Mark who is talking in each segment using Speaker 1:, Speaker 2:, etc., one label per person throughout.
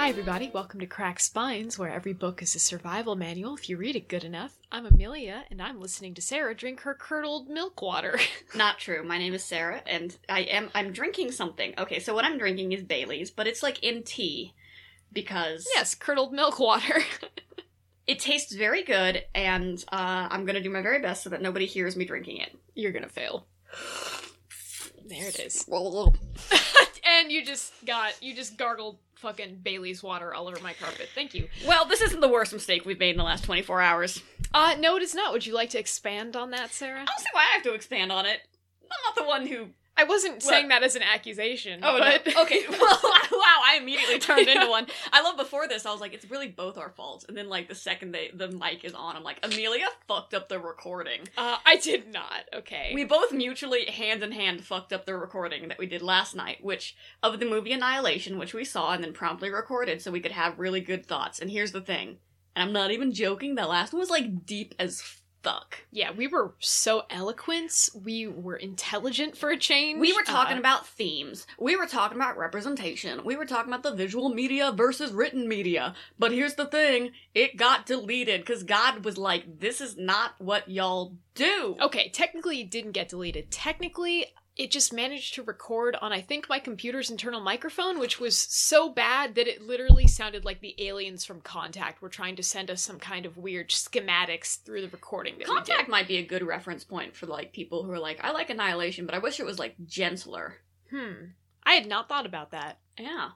Speaker 1: everybody. Welcome to Crack Spines, where every book is a survival manual if you read it good enough. I'm Amelia, and I'm listening to Sarah drink her curdled milk water.
Speaker 2: Not true. My name is Sarah, and I am I'm drinking something. Okay, so what I'm drinking is Bailey's, but it's like in tea because
Speaker 1: yes, curdled milk water.
Speaker 2: it tastes very good, and uh, I'm gonna do my very best so that nobody hears me drinking it.
Speaker 1: You're gonna fail. There it is.
Speaker 2: Whoa,
Speaker 1: And you just got, you just gargled fucking Bailey's water all over my carpet. Thank you.
Speaker 2: Well, this isn't the worst mistake we've made in the last 24 hours.
Speaker 1: Uh, no, it is not. Would you like to expand on that, Sarah?
Speaker 2: I don't see why I have to expand on it. I'm not the one who.
Speaker 1: I wasn't saying that as an accusation.
Speaker 2: Oh,
Speaker 1: but...
Speaker 2: no. okay. Well, wow, I immediately turned into one. I love before this, I was like, it's really both our faults. And then, like, the second they, the mic is on, I'm like, Amelia fucked up the recording.
Speaker 1: Uh, I did not. Okay.
Speaker 2: We both mutually, hand in hand, fucked up the recording that we did last night, which, of the movie Annihilation, which we saw and then promptly recorded so we could have really good thoughts. And here's the thing, and I'm not even joking, that last one was, like, deep as fuck.
Speaker 1: Yeah, we were so eloquent. We were intelligent for a change.
Speaker 2: We were talking
Speaker 1: Uh,
Speaker 2: about themes. We were talking about representation. We were talking about the visual media versus written media. But here's the thing it got deleted because God was like, this is not what y'all do.
Speaker 1: Uh, Okay, technically it didn't get deleted. Technically, it just managed to record on, I think, my computer's internal microphone, which was so bad that it literally sounded like the aliens from Contact were trying to send us some kind of weird schematics through the recording that we
Speaker 2: Contact might be a good reference point for like people who are like, I like Annihilation, but I wish it was like gentler.
Speaker 1: did. Hmm. I had not thought about that.
Speaker 2: Yeah.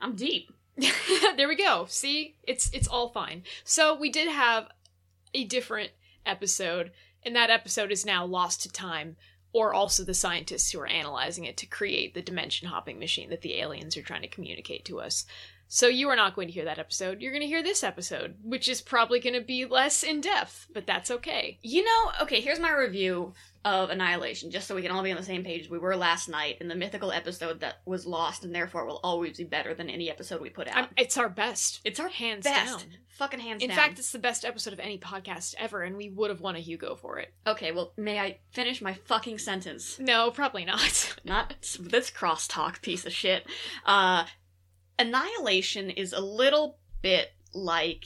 Speaker 2: I'm deep.
Speaker 1: there we go. See, it's it's all fine. So we did have a different episode, and that episode is now lost to time, or also the scientists who are analyzing it to create the dimension hopping machine that the aliens are trying to communicate to us. So you are not going to hear that episode. You're going to hear this episode, which is probably going to be less in depth, but that's okay.
Speaker 2: You know, okay, here's my review of Annihilation, just so we can all be on the same page as we were last night in the mythical episode that was lost and therefore will always be better than any episode we put out.
Speaker 1: I'm, it's our best.
Speaker 2: it's our
Speaker 1: Hands
Speaker 2: best.
Speaker 1: down.
Speaker 2: Fucking hands
Speaker 1: In
Speaker 2: down.
Speaker 1: fact, it's the best episode of any podcast ever, and we would have won a Hugo for it.
Speaker 2: okay, well, may I finish my fucking sentence?
Speaker 1: No, probably not.
Speaker 2: Not this crosstalk piece of shit. Uh, Annihilation is a little bit like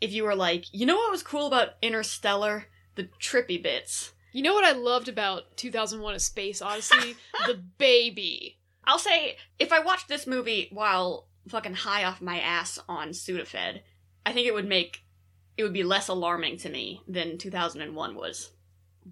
Speaker 2: if you were like, you know what was cool about Interstellar? The trippy bits.
Speaker 1: You know what I loved about 2001: A Space Odyssey? the baby.
Speaker 2: I'll say if I watched this movie while fucking high off my ass on Sudafed, I think it would make it would be less alarming to me than 2001 was.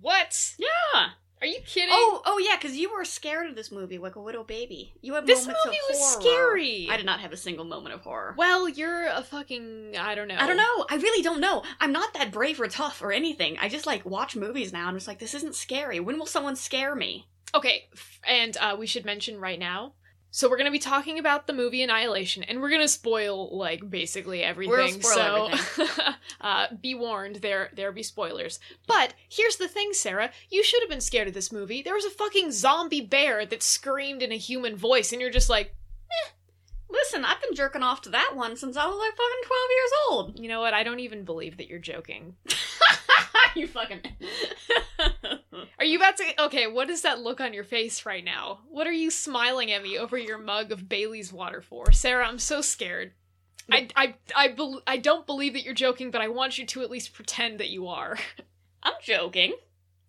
Speaker 1: What?
Speaker 2: Yeah.
Speaker 1: Are you kidding?
Speaker 2: Oh, oh yeah, because you were scared of this movie, like a little baby. You had
Speaker 1: this movie
Speaker 2: moments of
Speaker 1: was
Speaker 2: horror.
Speaker 1: scary.
Speaker 2: I did not have a single moment of horror.
Speaker 1: Well, you're a fucking I don't know.
Speaker 2: I don't know. I really don't know. I'm not that brave or tough or anything. I just like watch movies now and it's like this isn't scary. When will someone scare me?
Speaker 1: Okay, f- and uh, we should mention right now. So we're gonna be talking about the movie Annihilation, and we're gonna spoil like basically everything.
Speaker 2: spoil
Speaker 1: so uh, be warned, there there be spoilers. But here's the thing, Sarah, you should have been scared of this movie. There was a fucking zombie bear that screamed in a human voice, and you're just like,
Speaker 2: Listen, I've been jerking off to that one since I was like fucking 12 years old.
Speaker 1: You know what? I don't even believe that you're joking.
Speaker 2: you fucking.
Speaker 1: Are you about to? Okay, what is that look on your face right now? What are you smiling at me over your mug of Bailey's water for, Sarah? I'm so scared. I I I, bel I don't believe that you're joking, but I want you to at least pretend that you are.
Speaker 2: I'm joking.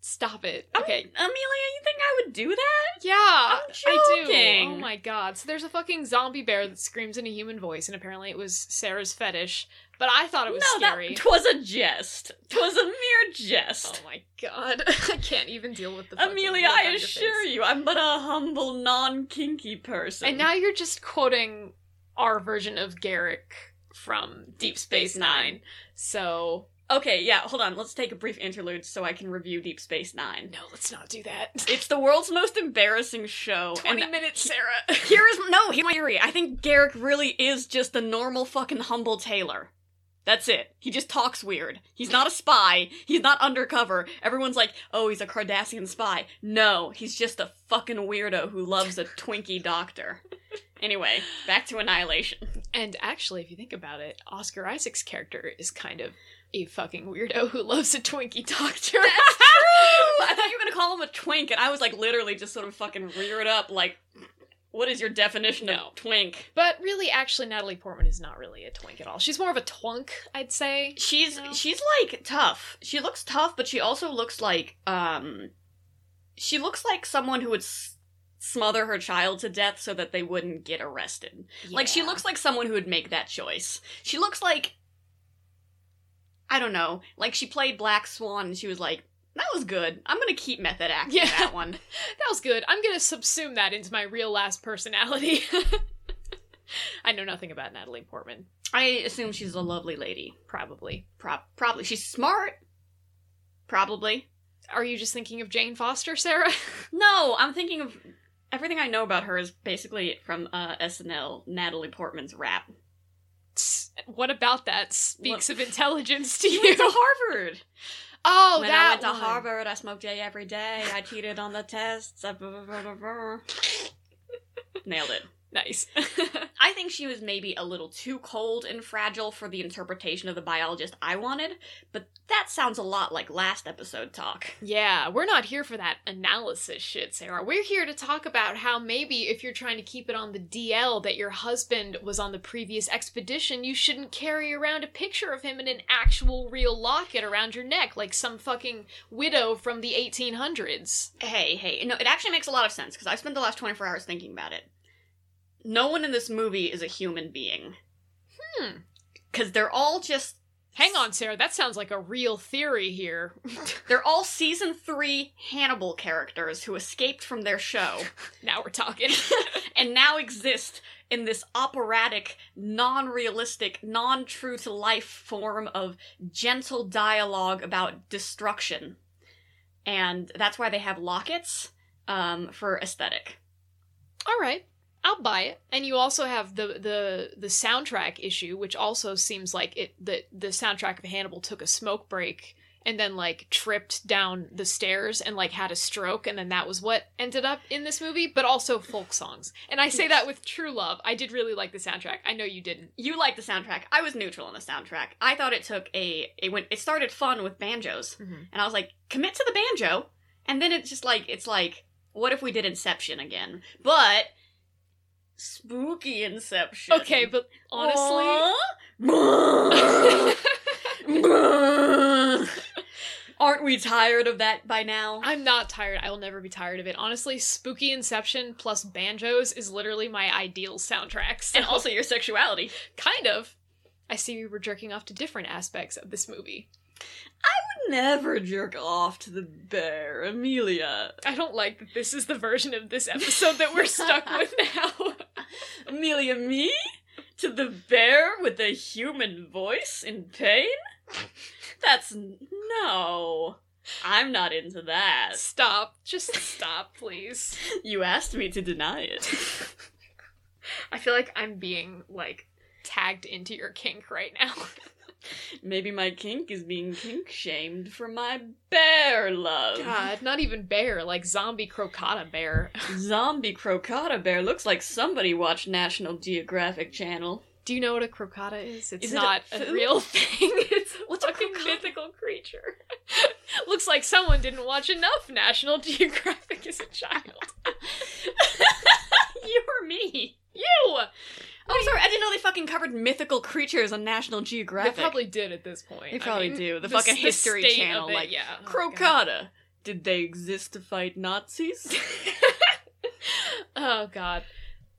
Speaker 1: Stop it.
Speaker 2: Okay,
Speaker 1: Okay.
Speaker 2: Amelia, you think I would do that?
Speaker 1: Yeah, I do.
Speaker 2: joking.
Speaker 1: Oh my god. So there's a fucking zombie bear that screams in a human voice, and apparently it was Sarah's fetish. But I thought it was
Speaker 2: no,
Speaker 1: scary.
Speaker 2: that twas a jest. Twas a mere
Speaker 1: oh
Speaker 2: jest.
Speaker 1: my god. I can't even deal with the. fucking
Speaker 2: Amelia,
Speaker 1: look on
Speaker 2: I
Speaker 1: your
Speaker 2: assure
Speaker 1: face.
Speaker 2: you, I'm but a humble, non-kinky person.
Speaker 1: And now you're just quoting our version of Garrick from Deep Space Nine. So
Speaker 2: okay, yeah, hold on. Let's take a brief interlude so I can review Deep Space Nine.
Speaker 1: no, let's not do that.
Speaker 2: It's the world's most embarrassing show,
Speaker 1: Twenty
Speaker 2: and
Speaker 1: minutes, Sarah.
Speaker 2: here is no. Here's my theory. I think Garrick really is just a normal fucking humble tailor. That's it. He just talks weird. He's not a spy. He's not undercover. Everyone's like, oh, he's a Cardassian spy. No, he's just a fucking weirdo who loves a Twinkie doctor. Anyway, back to Annihilation.
Speaker 1: and actually, if you think about it, Oscar Isaac's character is kind of a fucking weirdo who loves a Twinkie doctor.
Speaker 2: I thought you were gonna call him a twink, and I was like, literally, just sort of fucking reared up, like, What is your definition
Speaker 1: No.
Speaker 2: of twink?
Speaker 1: But really, actually, Natalie Portman is not really a twink at all. She's more of a twunk, I'd say.
Speaker 2: She's
Speaker 1: No.
Speaker 2: she's like tough. She looks tough, but she also looks like um she looks like someone who would s- smother her child to death so that they wouldn't get arrested. Like she
Speaker 1: Yeah.
Speaker 2: looks like someone who would make that choice. She looks like I don't know. Like she played Black Swan and she was like, "That was good. I'm going to keep method acting
Speaker 1: Yeah.
Speaker 2: that one."
Speaker 1: That was good. I'm gonna subsume that into my real last personality. I know nothing about Natalie Portman,
Speaker 2: I assume she's a lovely lady.
Speaker 1: probably.
Speaker 2: Prob- probably she's smart. Probably.
Speaker 1: Are you just thinking of Jane Foster, Sarah?
Speaker 2: No, I'm thinking of everything I know about her is basically from uh, SNL Natalie Portman's rap.
Speaker 1: what about that speaks
Speaker 2: What-
Speaker 1: of intelligence to
Speaker 2: She went to
Speaker 1: you?
Speaker 2: Harvard.
Speaker 1: Oh,
Speaker 2: when
Speaker 1: that
Speaker 2: I went to
Speaker 1: one.
Speaker 2: Harvard, I smoked J every day. I cheated on the tests. I blah, blah, blah, blah, blah. Nailed it.
Speaker 1: Nice.
Speaker 2: I think she was maybe a little too cold and fragile for the interpretation of the biologist I wanted, but that sounds a lot like last episode talk.
Speaker 1: Yeah, we're not here for that analysis shit, Sarah. We're here to talk about how maybe if you're trying to keep it on the DL that your husband was on the previous expedition, you shouldn't carry around a picture of him in an actual real locket around your neck like some fucking widow from the 1800s.
Speaker 2: Hey, hey. No, it actually makes a lot of sense because I spent the last 24 hours thinking about it. No one in this movie is a human being.
Speaker 1: Hmm.
Speaker 2: Because they're all just.
Speaker 1: Hang on, Sarah, that sounds like a real theory here.
Speaker 2: They're all season three Hannibal characters who escaped from their show
Speaker 1: now we're talking.
Speaker 2: and now exist in this operatic, non realistic, non true to life form of gentle dialogue about destruction. And that's why they have lockets um, for aesthetic.
Speaker 1: All right. I'll buy it. And you also have the the the soundtrack issue, which also seems like it the the soundtrack of Hannibal took a smoke break and then like tripped down the stairs and like had a stroke and then that was what ended up in this movie, but also folk songs. And I say that with true love. I did really like the soundtrack. I know you didn't.
Speaker 2: you like the soundtrack. I was neutral on the soundtrack. I thought it took a it went it started fun with banjos,
Speaker 1: Mhm.
Speaker 2: and I was like, commit to the banjo, and then it's just like it's like, what if we did Inception again, but spooky Inception?
Speaker 1: Okay, but honestly,
Speaker 2: honestly, aren't we tired of that by now?
Speaker 1: I'm not tired. I will never be tired of it. Honestly, Spooky Inception plus banjos is literally my ideal soundtrack. So.
Speaker 2: and also your sexuality.
Speaker 1: Kind of. I see we were jerking off to different aspects of this movie.
Speaker 2: Never jerk off to the bear, Amelia.
Speaker 1: I don't like that this is the version of this episode that we're stuck with now.
Speaker 2: Amelia, me? To the bear with the human voice in pain? That's no. I'm not into that.
Speaker 1: stop. Just stop, please.
Speaker 2: You asked me to deny it.
Speaker 1: I feel like I'm being, like, tagged into your kink right now.
Speaker 2: Maybe my kink is being kink shamed for my bear love.
Speaker 1: God, not even bear, like zombie crocata bear.
Speaker 2: Zombie crocata bear looks like somebody watched National Geographic Channel.
Speaker 1: Do you know what a crocata is? It's
Speaker 2: Is it a
Speaker 1: not a,
Speaker 2: food?
Speaker 1: real thing. It's a
Speaker 2: What's a
Speaker 1: fucking
Speaker 2: crocata?
Speaker 1: mythical creature. Looks like someone didn't watch enough National Geographic as a child.
Speaker 2: You're me.
Speaker 1: You!
Speaker 2: Oh, sorry. I didn't know they fucking covered mythical creatures on National Geographic.
Speaker 1: They probably did at this point.
Speaker 2: They
Speaker 1: I
Speaker 2: probably
Speaker 1: mean,
Speaker 2: do. The
Speaker 1: s-
Speaker 2: fucking History
Speaker 1: state
Speaker 2: Channel,
Speaker 1: of it,
Speaker 2: like,
Speaker 1: yeah. Oh, God.
Speaker 2: Crocata. Did they exist to fight Nazis?
Speaker 1: Oh god.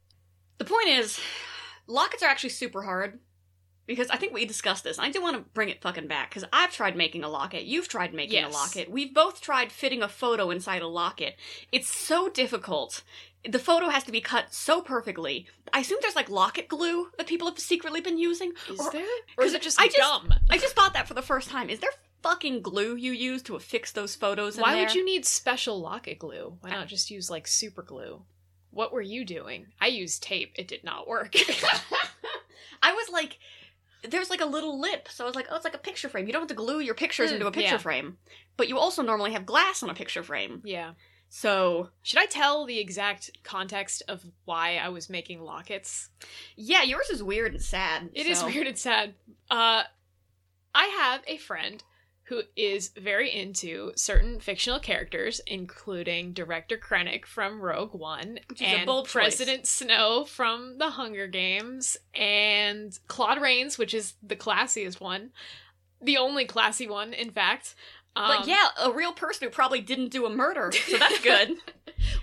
Speaker 2: the point is, lockets are actually super hard because I think we discussed this. I do want to bring it fucking back because I've tried making a locket. You've tried making
Speaker 1: Yes.
Speaker 2: a locket. We've both tried fitting a photo inside a locket. It's so difficult. The photo has to be cut so perfectly. I assume there's like locket glue that people have secretly been using.
Speaker 1: Is
Speaker 2: Or-
Speaker 1: there? Or is it
Speaker 2: 'cause
Speaker 1: just
Speaker 2: I just-
Speaker 1: dumb?
Speaker 2: I just bought that for the first time. Is there fucking glue you use to affix those photos? In
Speaker 1: Why
Speaker 2: there?
Speaker 1: would you need special locket glue? Why not just use like super glue? What were you doing? I used tape. It did not work.
Speaker 2: I was like, there's like a little lip, so I was like, oh, it's like a picture frame. You don't have to glue your pictures
Speaker 1: Mm,
Speaker 2: into a picture
Speaker 1: yeah.
Speaker 2: frame, but you also normally have glass on a picture frame.
Speaker 1: yeah.
Speaker 2: So
Speaker 1: Should I tell the exact context of why I was making lockets?
Speaker 2: yeah, yours is weird and sad.
Speaker 1: It is
Speaker 2: so-
Speaker 1: weird and sad. Uh, I have a friend who is very into certain fictional characters, including director Krennic from Rogue One
Speaker 2: Which is a
Speaker 1: and
Speaker 2: bold choice.
Speaker 1: President Snow from The Hunger Games and Claude Rains, which is the classiest one, the only classy one, in fact.
Speaker 2: but
Speaker 1: Um,
Speaker 2: yeah, a real person who probably didn't do a murder, so that's good.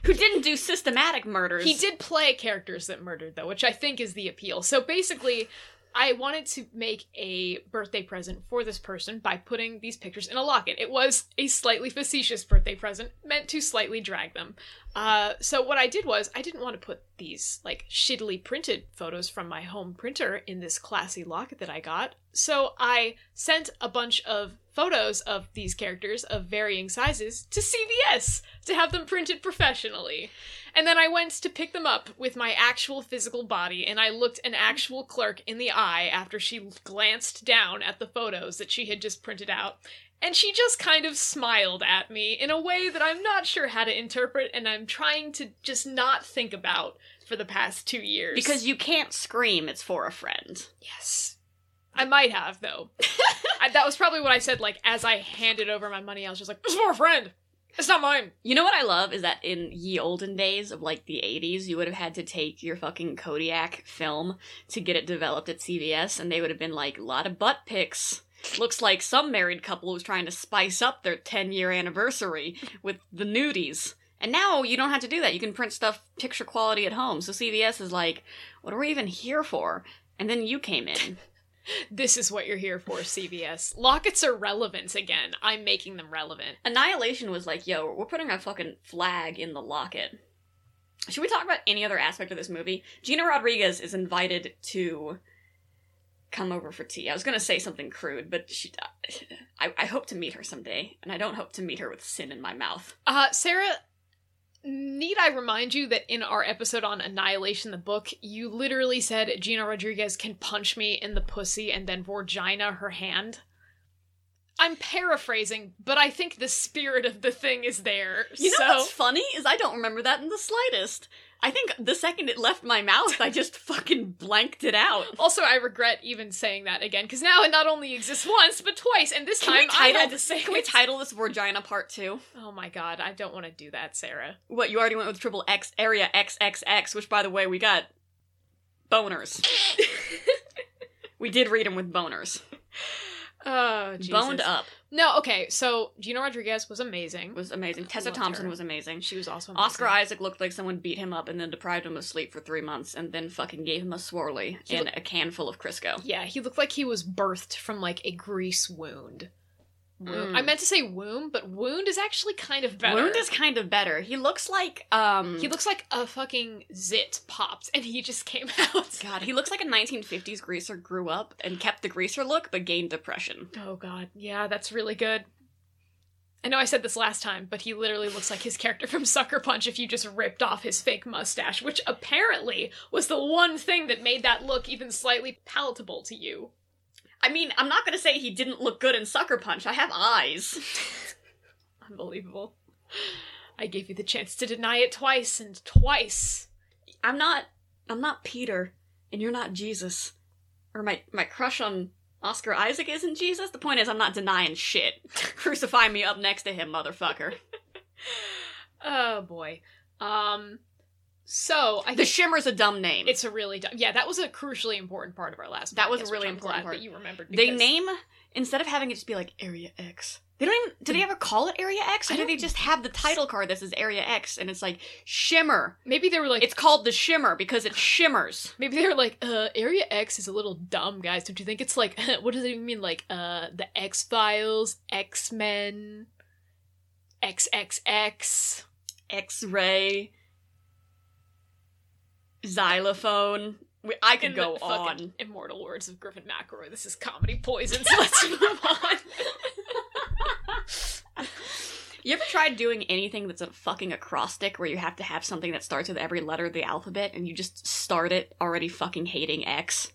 Speaker 2: who didn't do systematic murders.
Speaker 1: He did play characters that murdered, though, which I think is the appeal. So basically, I wanted to make a birthday present for this person by putting these pictures in a locket. It was a slightly facetious birthday present meant to slightly drag them. Uh, so what I did was I didn't want to put these like shittily printed photos from my home printer in this classy locket that I got. So I sent a bunch of photos of these characters of varying sizes to CVS to have them printed professionally. And then I went to pick them up with my actual physical body, and I looked an actual clerk in the eye after she glanced down at the photos that she had just printed out. And she just kind of smiled at me in a way that I'm not sure how to interpret, and I'm trying to just not think about for the past two years.
Speaker 2: Because you can't scream, it's for a friend.
Speaker 1: Yes. I might have, though. I, that was probably what I said, like, as I handed over my money, I was just like, it's for a friend. It's not mine.
Speaker 2: You know what I love is that in ye olden days of like the 80s, you would have had to take your fucking Kodiak film to get it developed at CVS, and they would have been like, a lot of butt pics. Looks like some married couple was trying to spice up their 10 year anniversary with the nudies. And now you don't have to do that. You can print stuff picture quality at home. So CVS is like, what are we even here for? And then you came in.
Speaker 1: This is what you're here for, CVS. Lockets are relevant again. I'm making them relevant.
Speaker 2: Annihilation was like, yo, we're putting our fucking flag in the locket. Should we talk about any other aspect of this movie? Gina Rodriguez is invited to come over for tea. I was gonna say something crude, but she, I, I hope to meet her someday, and I don't hope to meet her with sin in my mouth.
Speaker 1: Uh, Sarah, need I remind you that in our episode on Annihilation, the book, you literally said Gina Rodriguez can punch me in the pussy and then Vorgina her hand? I'm paraphrasing, but I think the spirit of the thing is there.
Speaker 2: You know
Speaker 1: so.
Speaker 2: what's funny is I don't remember that in the slightest. I think the second it left my mouth, I just fucking blanked it out.
Speaker 1: Also, I regret even saying that again because now it not only exists once but twice, and this
Speaker 2: Can we
Speaker 1: time I
Speaker 2: title-
Speaker 1: had to say.
Speaker 2: Can we
Speaker 1: it.
Speaker 2: title this Virginia Part Two?
Speaker 1: oh my god, I don't want to do that, Sarah.
Speaker 2: What you already went with triple X area XXX, which by the way we got boners. we did read them with boners.
Speaker 1: Oh, Jesus.
Speaker 2: Boned up
Speaker 1: No, okay. So Gina Rodriguez was amazing.
Speaker 2: was amazing. Oh Tessa
Speaker 1: Loved
Speaker 2: Thompson
Speaker 1: her.
Speaker 2: was amazing.
Speaker 1: She was also amazing.
Speaker 2: Oscar Isaac looked like someone beat him up and then deprived him of sleep for three months and then fucking gave him a swirly
Speaker 1: He
Speaker 2: and a can full of Crisco.
Speaker 1: Yeah, he looked like he was birthed from like a grease wound. Womb.
Speaker 2: Mm.
Speaker 1: I meant to say womb, but wound is actually kind of better.
Speaker 2: Wound is kind of better. He looks like um
Speaker 1: He looks like a fucking zit popped, and he just came out.
Speaker 2: God, he looks like a 1950s greaser grew up and kept the greaser look but gained depression.
Speaker 1: Oh god, yeah, that's really good. I know I said this last time, but he literally looks like his character from Sucker Punch if you just ripped off his fake mustache, which apparently was the one thing that made that look even slightly palatable to you.
Speaker 2: I mean, I'm not gonna say he didn't look good in Sucker Punch. I have eyes.
Speaker 1: Unbelievable. I gave you the chance to deny it twice and twice.
Speaker 2: I'm not I'm not Peter and you're not Jesus. Or my my crush on Oscar Isaac isn't Jesus. The point is I'm not denying shit. Crucify me up next to him, motherfucker.
Speaker 1: Oh boy. Um so I
Speaker 2: The
Speaker 1: think
Speaker 2: Shimmer's a dumb name.
Speaker 1: it's a really dumb yeah, that was a crucially important part of our last
Speaker 2: That was
Speaker 1: podcast,
Speaker 2: a really
Speaker 1: which I'm glad
Speaker 2: important part.
Speaker 1: that you remembered
Speaker 2: they
Speaker 1: because-
Speaker 2: name instead of having it just be like Area X. They don't even do they ever call it Area X? Or
Speaker 1: I
Speaker 2: do they
Speaker 1: don't-
Speaker 2: just have the title card that says Area X and it's like Shimmer.
Speaker 1: maybe they were like
Speaker 2: It's called the Shimmer because it shimmers.
Speaker 1: Maybe they were like, uh, Area X is a little dumb, guys. Don't you think it's like, what does it even mean? Like, uh, the X Files, X Men, XXX.
Speaker 2: X-ray, xylophone. We, I could
Speaker 1: In the
Speaker 2: go
Speaker 1: fucking
Speaker 2: on.
Speaker 1: Immortal words of Griffin McElroy. This is comedy poison, so let's move on.
Speaker 2: You ever tried doing anything that's a fucking acrostic where you have to have something that starts with every letter of the alphabet and you just start it already fucking hating X?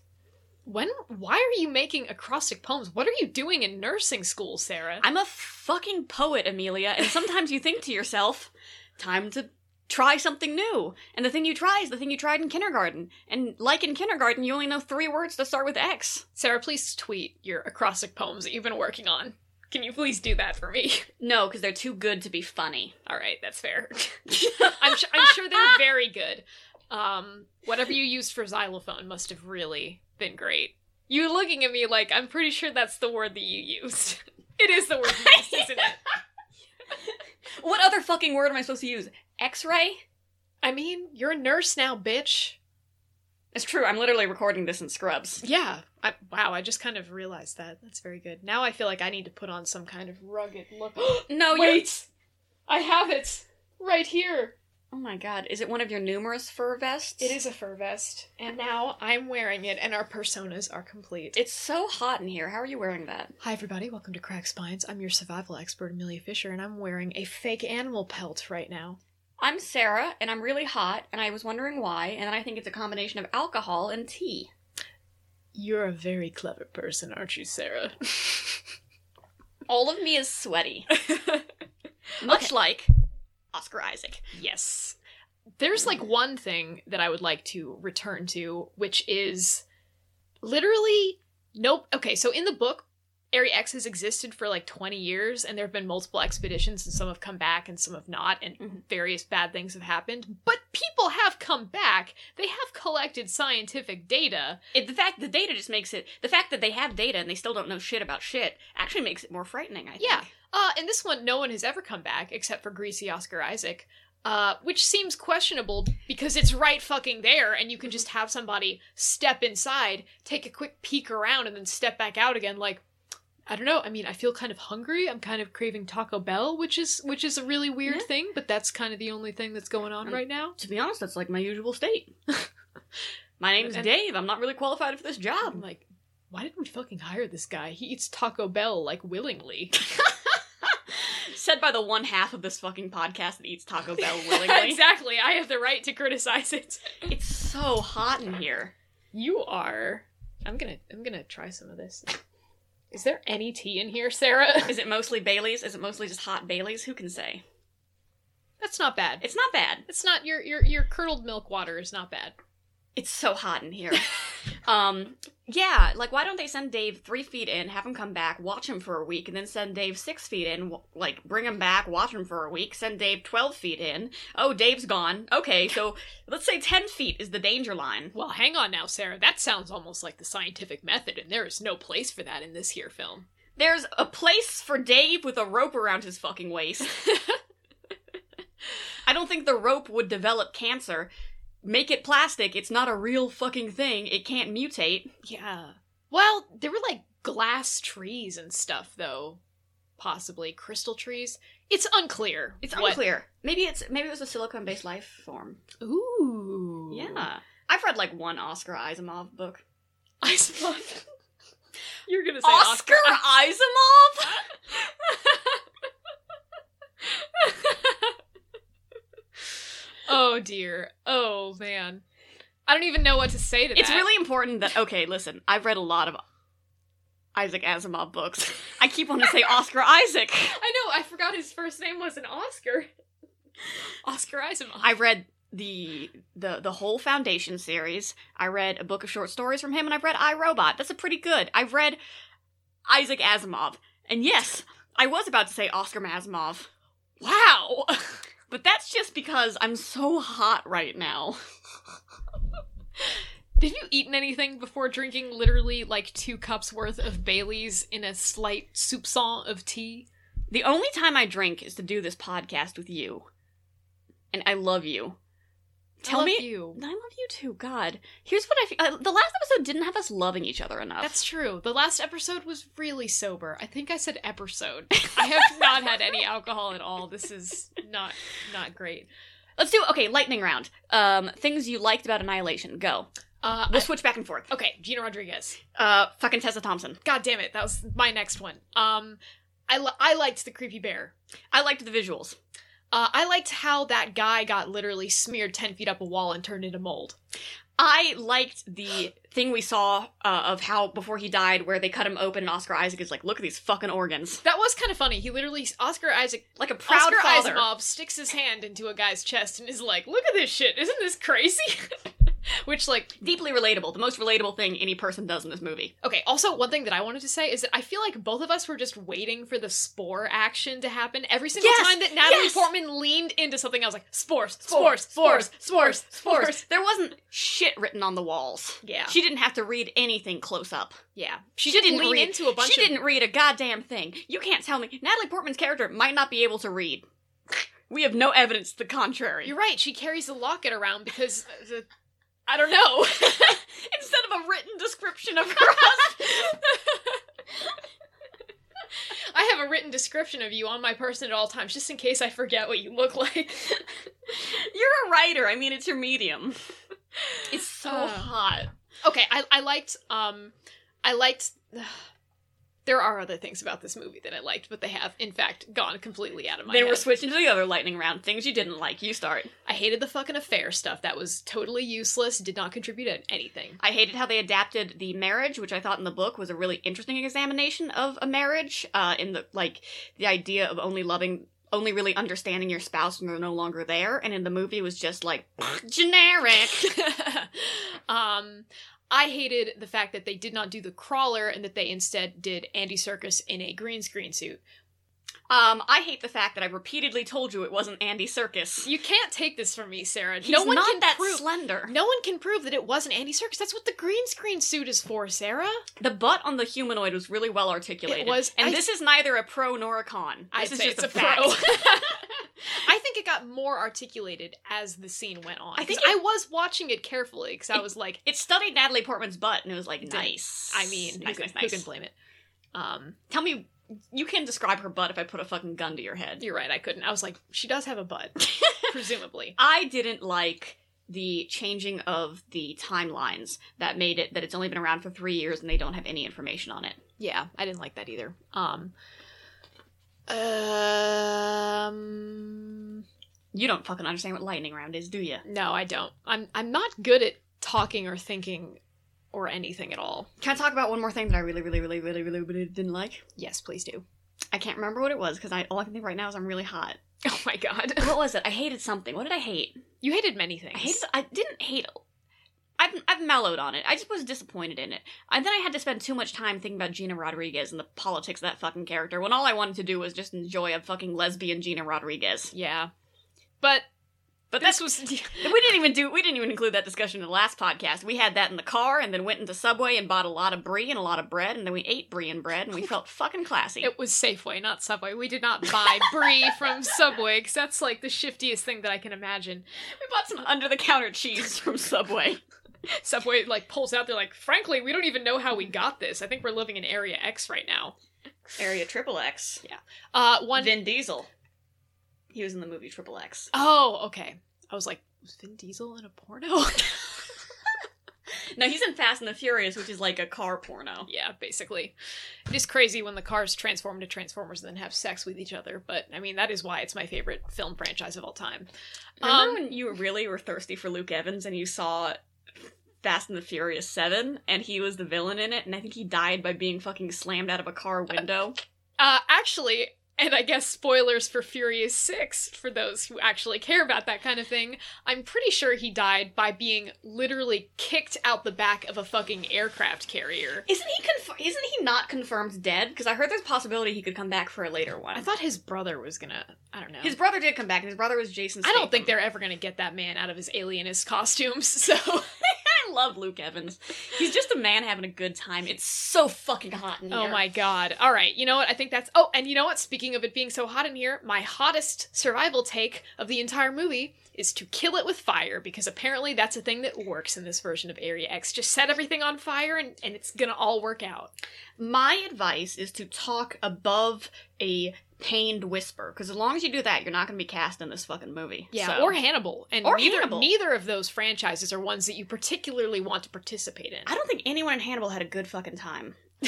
Speaker 1: When? Why are you making acrostic poems? What are you doing in nursing school, Sarah?
Speaker 2: I'm a fucking poet, Amelia, and sometimes you think to yourself, time to try something new. And the thing you try is the thing you tried in kindergarten. And like in kindergarten, you only know three words to start with X.
Speaker 1: Sarah, please tweet your acrostic poems that you've been working on. Can you please do that for me?
Speaker 2: No, because they're too good to be funny.
Speaker 1: All right, that's fair. I'm, su- I'm sure they're very good. Um, whatever you used for xylophone must have really been great. You're looking at me like I'm pretty sure that's the word that you used. It is the word you used, isn't it?
Speaker 2: what other fucking word am I supposed to use? X-ray?
Speaker 1: I mean, you're a nurse now, bitch.
Speaker 2: It's true. I'm literally recording this in scrubs.
Speaker 1: Yeah. I, wow, I just kind of realized that. That's very good. Now I feel like I need to put on some kind of rugged look.
Speaker 2: No, you-
Speaker 1: Wait! I have it! Right here!
Speaker 2: Oh my god, is it one of your numerous fur vests?
Speaker 1: It is a fur vest, and now I'm wearing it, and our personas are complete.
Speaker 2: It's so hot in here. How are you wearing that?
Speaker 1: Hi, everybody. Welcome to Crack Spines. I'm your survival expert, Amelia Fisher, and I'm wearing a fake animal pelt right now.
Speaker 2: I'm Sarah, and I'm really hot, and I was wondering why, and I think it's a combination of alcohol and tea.
Speaker 1: You're a very clever person, aren't you, Sarah?
Speaker 2: All of me is sweaty. Much like Oscar Isaac.
Speaker 1: Yes. There's like one thing that I would like to return to, which is literally nope. Okay, so in the book, Area X has existed for like 20 years, and there have been multiple expeditions, and some have come back and some have not, and
Speaker 2: Mhm.
Speaker 1: various bad things have happened. But people have come back. They have collected scientific data.
Speaker 2: It, the fact the data just makes it the fact that they have data and they still don't know shit about shit actually makes it more frightening, I think.
Speaker 1: Yeah. Uh, in this one, no one has ever come back except for greasy Oscar Isaac, uh, which seems questionable because it's right fucking there, and you can just have somebody step inside, take a quick peek around, and then step back out again. Like, I don't know. I mean, I feel kind of hungry. I'm kind of craving Taco Bell, which is which is a really weird
Speaker 2: Yeah.
Speaker 1: thing, but that's kind of the only thing that's going on
Speaker 2: Um,
Speaker 1: right now.
Speaker 2: To be honest, that's like my usual state. my name's
Speaker 1: And-
Speaker 2: Dave. I'm not really qualified for this
Speaker 1: I'm
Speaker 2: job.
Speaker 1: like, why did we fucking hire this guy? He eats Taco Bell like willingly.
Speaker 2: Said by the one half of this fucking podcast that eats Taco Bell willingly.
Speaker 1: exactly. I have the right to criticize it.
Speaker 2: it's so hot in here.
Speaker 1: You are. I'm gonna. I'm gonna try some of this. Is there any tea in here, Sarah?
Speaker 2: Is it mostly Bailey's? Is it mostly just hot Bailey's? Who can say?
Speaker 1: That's not bad.
Speaker 2: It's not bad.
Speaker 1: It's not your your your curdled milk water is not bad.
Speaker 2: It's so hot in here. um, yeah, like why don't they send Dave three feet in, have him come back, watch him for a week, and then send Dave six feet in, w- like bring him back, watch him for a week, send Dave twelve feet in. Oh, Dave's gone. Okay, so let's say ten feet is the danger line.
Speaker 1: Well, hang on now, Sarah. That sounds almost like the scientific method, and there is no place for that in this here film.
Speaker 2: There's a place for Dave with a rope around his fucking waist. I don't think the rope would develop cancer. Make it plastic. It's not a real fucking thing. It can't mutate.
Speaker 1: Yeah. Well, there were like glass trees and stuff, though. Possibly crystal trees. It's unclear.
Speaker 2: It's
Speaker 1: what-
Speaker 2: unclear. Maybe it's maybe it was a silicone-based life form.
Speaker 1: Ooh.
Speaker 2: Yeah. I've read like one Oscar Isimov book.
Speaker 1: I suppose. You're gonna say
Speaker 2: Oscar, Isimov?
Speaker 1: Oh dear. Oh man. I don't even know what to say to that.
Speaker 2: It's really important that okay, listen, I've read a lot of Isaac Asimov books. I keep wanting to say Oscar Isaac.
Speaker 1: I know. I forgot his first name was an Oscar. Oscar Eisenman.
Speaker 2: I read the the the whole Foundation series. I read a book of short stories from him, and I've read I Robot. That's a pretty good. I've read Isaac Asimov, and yes, I was about to say Oscar Asimov,
Speaker 1: wow.
Speaker 2: but that's just because I'm so hot right now.
Speaker 1: Have you eaten anything before drinking literally like two cups worth of Bailey's in a slight soupçon of tea?
Speaker 2: The only time I drink is to do this podcast with you, and I love you. Tell
Speaker 1: I love
Speaker 2: me.
Speaker 1: you.
Speaker 2: I love you too. God, here's what I feel. Uh, the last episode didn't have us loving each other enough.
Speaker 1: That's true. The last episode was really sober. I think I said episode. I have not had any alcohol at all. This is not not great.
Speaker 2: Let's do okay. Lightning round. Um, things you liked about Annihilation. Go.
Speaker 1: Uh,
Speaker 2: We'll switch back and forth.
Speaker 1: okay, Gina Rodriguez.
Speaker 2: Uh, fucking Tessa Thompson.
Speaker 1: God damn it, that was my next one. Um, I li- I liked the creepy bear.
Speaker 2: I liked the visuals.
Speaker 1: Uh, I liked how that guy got literally smeared ten feet up a wall and turned into mold.
Speaker 2: I liked the thing we saw uh, of how before he died, where they cut him open, and Oscar Isaac is like, "Look at these fucking organs."
Speaker 1: That was kind of funny. He literally Oscar Isaac
Speaker 2: Like a proud
Speaker 1: Oscar
Speaker 2: father.
Speaker 1: Isaac sticks his hand into a guy's chest and is like, "Look at this shit! Isn't this crazy?" Which, like,
Speaker 2: Deeply relatable. The most relatable thing any person does in this movie.
Speaker 1: okay, also, one thing that I wanted to say is that I feel like both of us were just waiting for the spore action to happen. Every single
Speaker 2: Yes!
Speaker 1: time that Natalie
Speaker 2: Yes!
Speaker 1: Portman leaned into something, I was like, spores, spores, spores, spores, spores.
Speaker 2: There wasn't shit written on the walls.
Speaker 1: Yeah.
Speaker 2: She didn't have to read anything close up.
Speaker 1: Yeah.
Speaker 2: She,
Speaker 1: didn't
Speaker 2: didn't
Speaker 1: lean
Speaker 2: read.
Speaker 1: into a bunch
Speaker 2: she
Speaker 1: of-
Speaker 2: didn't read a goddamn thing. You can't tell me Natalie Portman's character might not be able to read. We have no evidence to the contrary.
Speaker 1: You're right. She carries the locket around because the, I don't know.
Speaker 2: Instead of a written description of her husband.
Speaker 1: I have a written description of you on my person at all times, just in case I forget what you look like.
Speaker 2: You're a writer. I mean, it's your medium. It's so
Speaker 1: Uh.
Speaker 2: hot.
Speaker 1: okay, I, I liked. Um, I liked. there are other things about this movie that I liked, but they have, in fact, gone completely out of my.
Speaker 2: Then we're
Speaker 1: head.
Speaker 2: switching to the other lightning round. Things you didn't like. You start.
Speaker 1: I hated the fucking affair stuff. That was totally useless. Did not contribute at anything.
Speaker 2: I hated how they adapted the marriage, which I thought in the book was a really interesting examination of a marriage. Uh, in the like the idea of only loving, only really understanding your spouse when they're no longer there, and in the movie it was just like generic.
Speaker 1: um, I hated the fact that they did not do the crawler and that they instead did Andy Circus in a green screen suit.
Speaker 2: Um, I hate the fact that I repeatedly told you it wasn't Andy Circus.
Speaker 1: You can't take this from me, Sarah.
Speaker 2: He's
Speaker 1: no one
Speaker 2: not
Speaker 1: can
Speaker 2: that
Speaker 1: prove.
Speaker 2: slender.
Speaker 1: no one can prove that it wasn't Andy Serkis. That's what the green screen suit is for, Sarah.
Speaker 2: The butt on the humanoid was really well articulated.
Speaker 1: It was-
Speaker 2: and
Speaker 1: I-
Speaker 2: this is neither a pro nor a con.
Speaker 1: I'd
Speaker 2: This is
Speaker 1: say
Speaker 2: just
Speaker 1: it's
Speaker 2: a,
Speaker 1: a pro.
Speaker 2: fact.
Speaker 1: I think it got more articulated as the scene went on.
Speaker 2: I
Speaker 1: I
Speaker 2: think
Speaker 1: think
Speaker 2: it-
Speaker 1: I was watching it carefully because I
Speaker 2: It-
Speaker 1: was like,
Speaker 2: it studied Natalie Portman's butt, and it was like
Speaker 1: It did.
Speaker 2: nice.
Speaker 1: I mean,
Speaker 2: nice,
Speaker 1: who, can,
Speaker 2: nice,
Speaker 1: who
Speaker 2: nice.
Speaker 1: can blame it? Um,
Speaker 2: Tell me, you can describe her butt if I put a fucking gun to your head.
Speaker 1: you're right. I couldn't. I was like, she does have a butt, presumably.
Speaker 2: I didn't like the changing of the timelines that made it that it's only been around for three years and they don't have any information on it.
Speaker 1: Yeah, I didn't like that either. Um, um,
Speaker 2: You don't fucking understand what lightning round is, do you?
Speaker 1: no, I don't. I'm I'm not good at talking or thinking or anything at all.
Speaker 2: Can I talk about one more thing that I really, really, really, really, really, really didn't like?
Speaker 1: Yes, please do.
Speaker 2: I can't remember what it was because I all I can think right now is I'm really hot.
Speaker 1: Oh my god.
Speaker 2: what was it? I hated something. What did I hate?
Speaker 1: You hated many things.
Speaker 2: I hated. I didn't hate. I've I've mellowed on it. I just was disappointed in it. And then I had to spend too much time thinking about Gina Rodriguez and the politics of that fucking character when all I wanted to do was just enjoy a fucking lesbian Gina Rodriguez.
Speaker 1: yeah. But
Speaker 2: But
Speaker 1: this was
Speaker 2: We didn't even do. We didn't even include that discussion in the last podcast. We had that in the car and then went into Subway and bought a lot of brie and a lot of bread and then we ate brie and bread and we felt fucking classy.
Speaker 1: it was Safeway, not Subway. We did not buy brie from Subway because that's like the shiftiest thing that I can imagine.
Speaker 2: we bought some under the counter cheese from Subway.
Speaker 1: Subway like pulls out. They're like, frankly, we don't even know how we got this. I think we're living in Area X right now.
Speaker 2: Area Triple X.
Speaker 1: Uh, one.
Speaker 2: Vin Diesel. He was in the movie Triple X.
Speaker 1: oh, okay. I was like, was Vin Diesel in a porno?
Speaker 2: No, he's in Fast and the Furious, which is like a car porno.
Speaker 1: yeah, basically. It is crazy when the cars transform into Transformers and then have sex with each other. But I mean, that is why it's my favorite film franchise of all time.
Speaker 2: Remember
Speaker 1: Um,
Speaker 2: when you really were thirsty for Luke Evans and you saw Fast and the Furious 7 and he was the villain in it and I think he died by being fucking slammed out of a car window?
Speaker 1: Uh, actually, and I guess spoilers for Furious 6 for those who actually care about that kind of thing, I'm pretty sure he died by being literally kicked out the back of a fucking aircraft carrier.
Speaker 2: Isn't he conf- isn't he not confirmed dead? Because I heard there's a possibility he could come back for a later one.
Speaker 1: I thought his brother was gonna. I don't know.
Speaker 2: his brother did come back and his brother was Jason
Speaker 1: I don't
Speaker 2: Statham.
Speaker 1: think they're ever gonna get that man out of his alienist costumes, so.
Speaker 2: I love Luke Evans. He's just a man having a good time. It's so fucking hot in here.
Speaker 1: Oh my god. All right, you know what? I think that's. Oh, and you know what? Speaking of it being so hot in here, my hottest survival take of the entire movie is to kill it with fire because apparently that's a thing that works in this version of Area X. Just set everything on fire and, and it's gonna all work out.
Speaker 2: My advice is to talk above a pained whisper, because as long as you do that, you're not going to be cast in this fucking movie.
Speaker 1: Yeah,
Speaker 2: So-
Speaker 1: or Hannibal. And
Speaker 2: Or
Speaker 1: neither,
Speaker 2: Hannibal.
Speaker 1: neither of those franchises are ones that you particularly want to participate in.
Speaker 2: I don't think anyone in Hannibal had a good fucking time.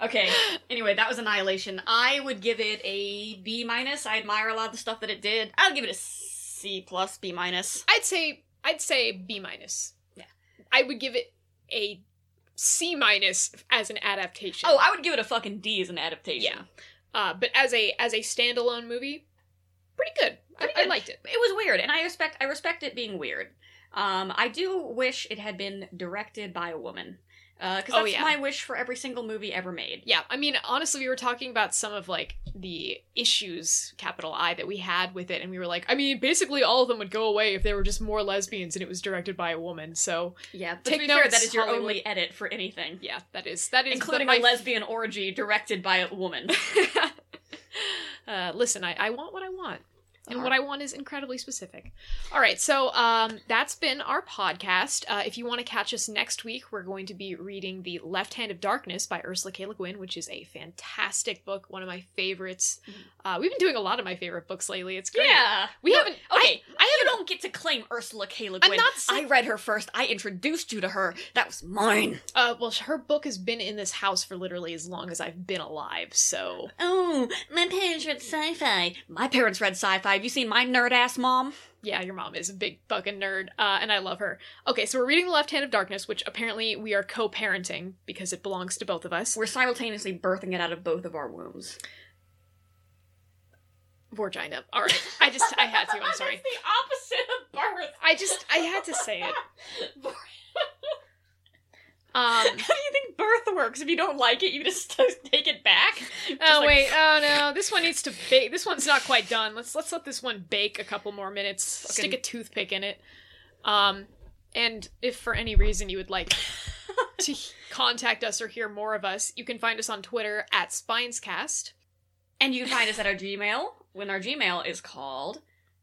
Speaker 2: okay. Anyway, that was Annihilation. I would give it a B minus. I admire a lot of the stuff that it did. I'll give it a C plus B minus.
Speaker 1: I'd say I'd say B minus.
Speaker 2: Yeah.
Speaker 1: I would give it a C minus as an adaptation.
Speaker 2: Oh, I would give it a fucking D as an adaptation.
Speaker 1: Yeah. Uh, but as a as a standalone movie, pretty good.
Speaker 2: Pretty
Speaker 1: I,
Speaker 2: good.
Speaker 1: I liked it.
Speaker 2: It was weird, and I respect I respect it being weird. Um, I do wish it had been directed by a woman. Because
Speaker 1: Oh,
Speaker 2: that's
Speaker 1: yeah.
Speaker 2: my wish for every single movie ever made.
Speaker 1: Yeah, I mean, honestly, we were talking about some of like the issues, capital I, that we had with it, and we were like, I mean, basically all of them would go away if there were just more lesbians and it was directed by a woman. So
Speaker 2: Yeah, but
Speaker 1: Take
Speaker 2: to be fair,
Speaker 1: notes,
Speaker 2: that is your
Speaker 1: Hollywood.
Speaker 2: only edit for anything,
Speaker 1: yeah, that is that is
Speaker 2: including
Speaker 1: my
Speaker 2: a lesbian orgy directed by a woman.
Speaker 1: uh, listen, I, I want what I want. And what I want is incredibly specific. All right, so um, that's been our podcast. Uh, if you want to catch us next week, we're going to be reading The Left Hand of Darkness by Ursula K. Le Guin, which is a fantastic book, one of my favorites. Uh, we've been doing a lot of my favorite books lately. It's great.
Speaker 2: yeah,
Speaker 1: We
Speaker 2: No,
Speaker 1: haven't. I,
Speaker 2: Okay, I, you don't get to claim Ursula K. Le
Speaker 1: I'm
Speaker 2: Guin.
Speaker 1: not sa-
Speaker 2: I read her first. I introduced you to her. That was mine.
Speaker 1: Uh, well, her book has been in this house for literally as long as I've been alive, so.
Speaker 2: Oh, my parents read sci-fi. My parents read sci-fi. Have you seen my nerd ass mom?
Speaker 1: Yeah, your mom is a big fucking nerd, uh, and I love her. Okay, so we're reading The Left Hand of Darkness, which apparently we are co parenting because it belongs to both of us.
Speaker 2: We're simultaneously birthing it out of both of our wombs.
Speaker 1: Vagina. All right. I just, I had to, I'm sorry.
Speaker 2: the opposite
Speaker 1: I just, I had to say it.
Speaker 2: of birth.
Speaker 1: Um,
Speaker 2: How do you think birth works? If you don't like it, you just take it back.
Speaker 1: oh, wait. Oh, no. This one needs to bake. This one's not quite done. Let's, let's let this one bake a couple more minutes. Stick a toothpick in it. Um, and if for any reason you would like to he- contact us or hear more of us, you can find us on Twitter at SpinesCast.
Speaker 2: And you can find us at our Gmail when our Gmail is called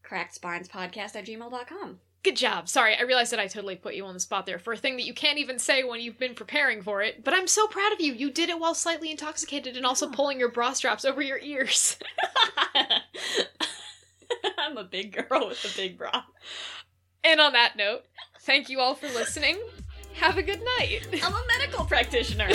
Speaker 2: crackspinespodcast at gmail.com.
Speaker 1: Good job. Sorry, I realized that I totally put you on the spot there for a thing that you can't even say when you've been preparing for it, but I'm so proud of you. You did it while slightly intoxicated and also pulling your bra straps over your ears.
Speaker 2: I'm a big girl with a big bra.
Speaker 1: And on that note, thank you all for listening. Have a good night.
Speaker 2: I'm a medical practitioner.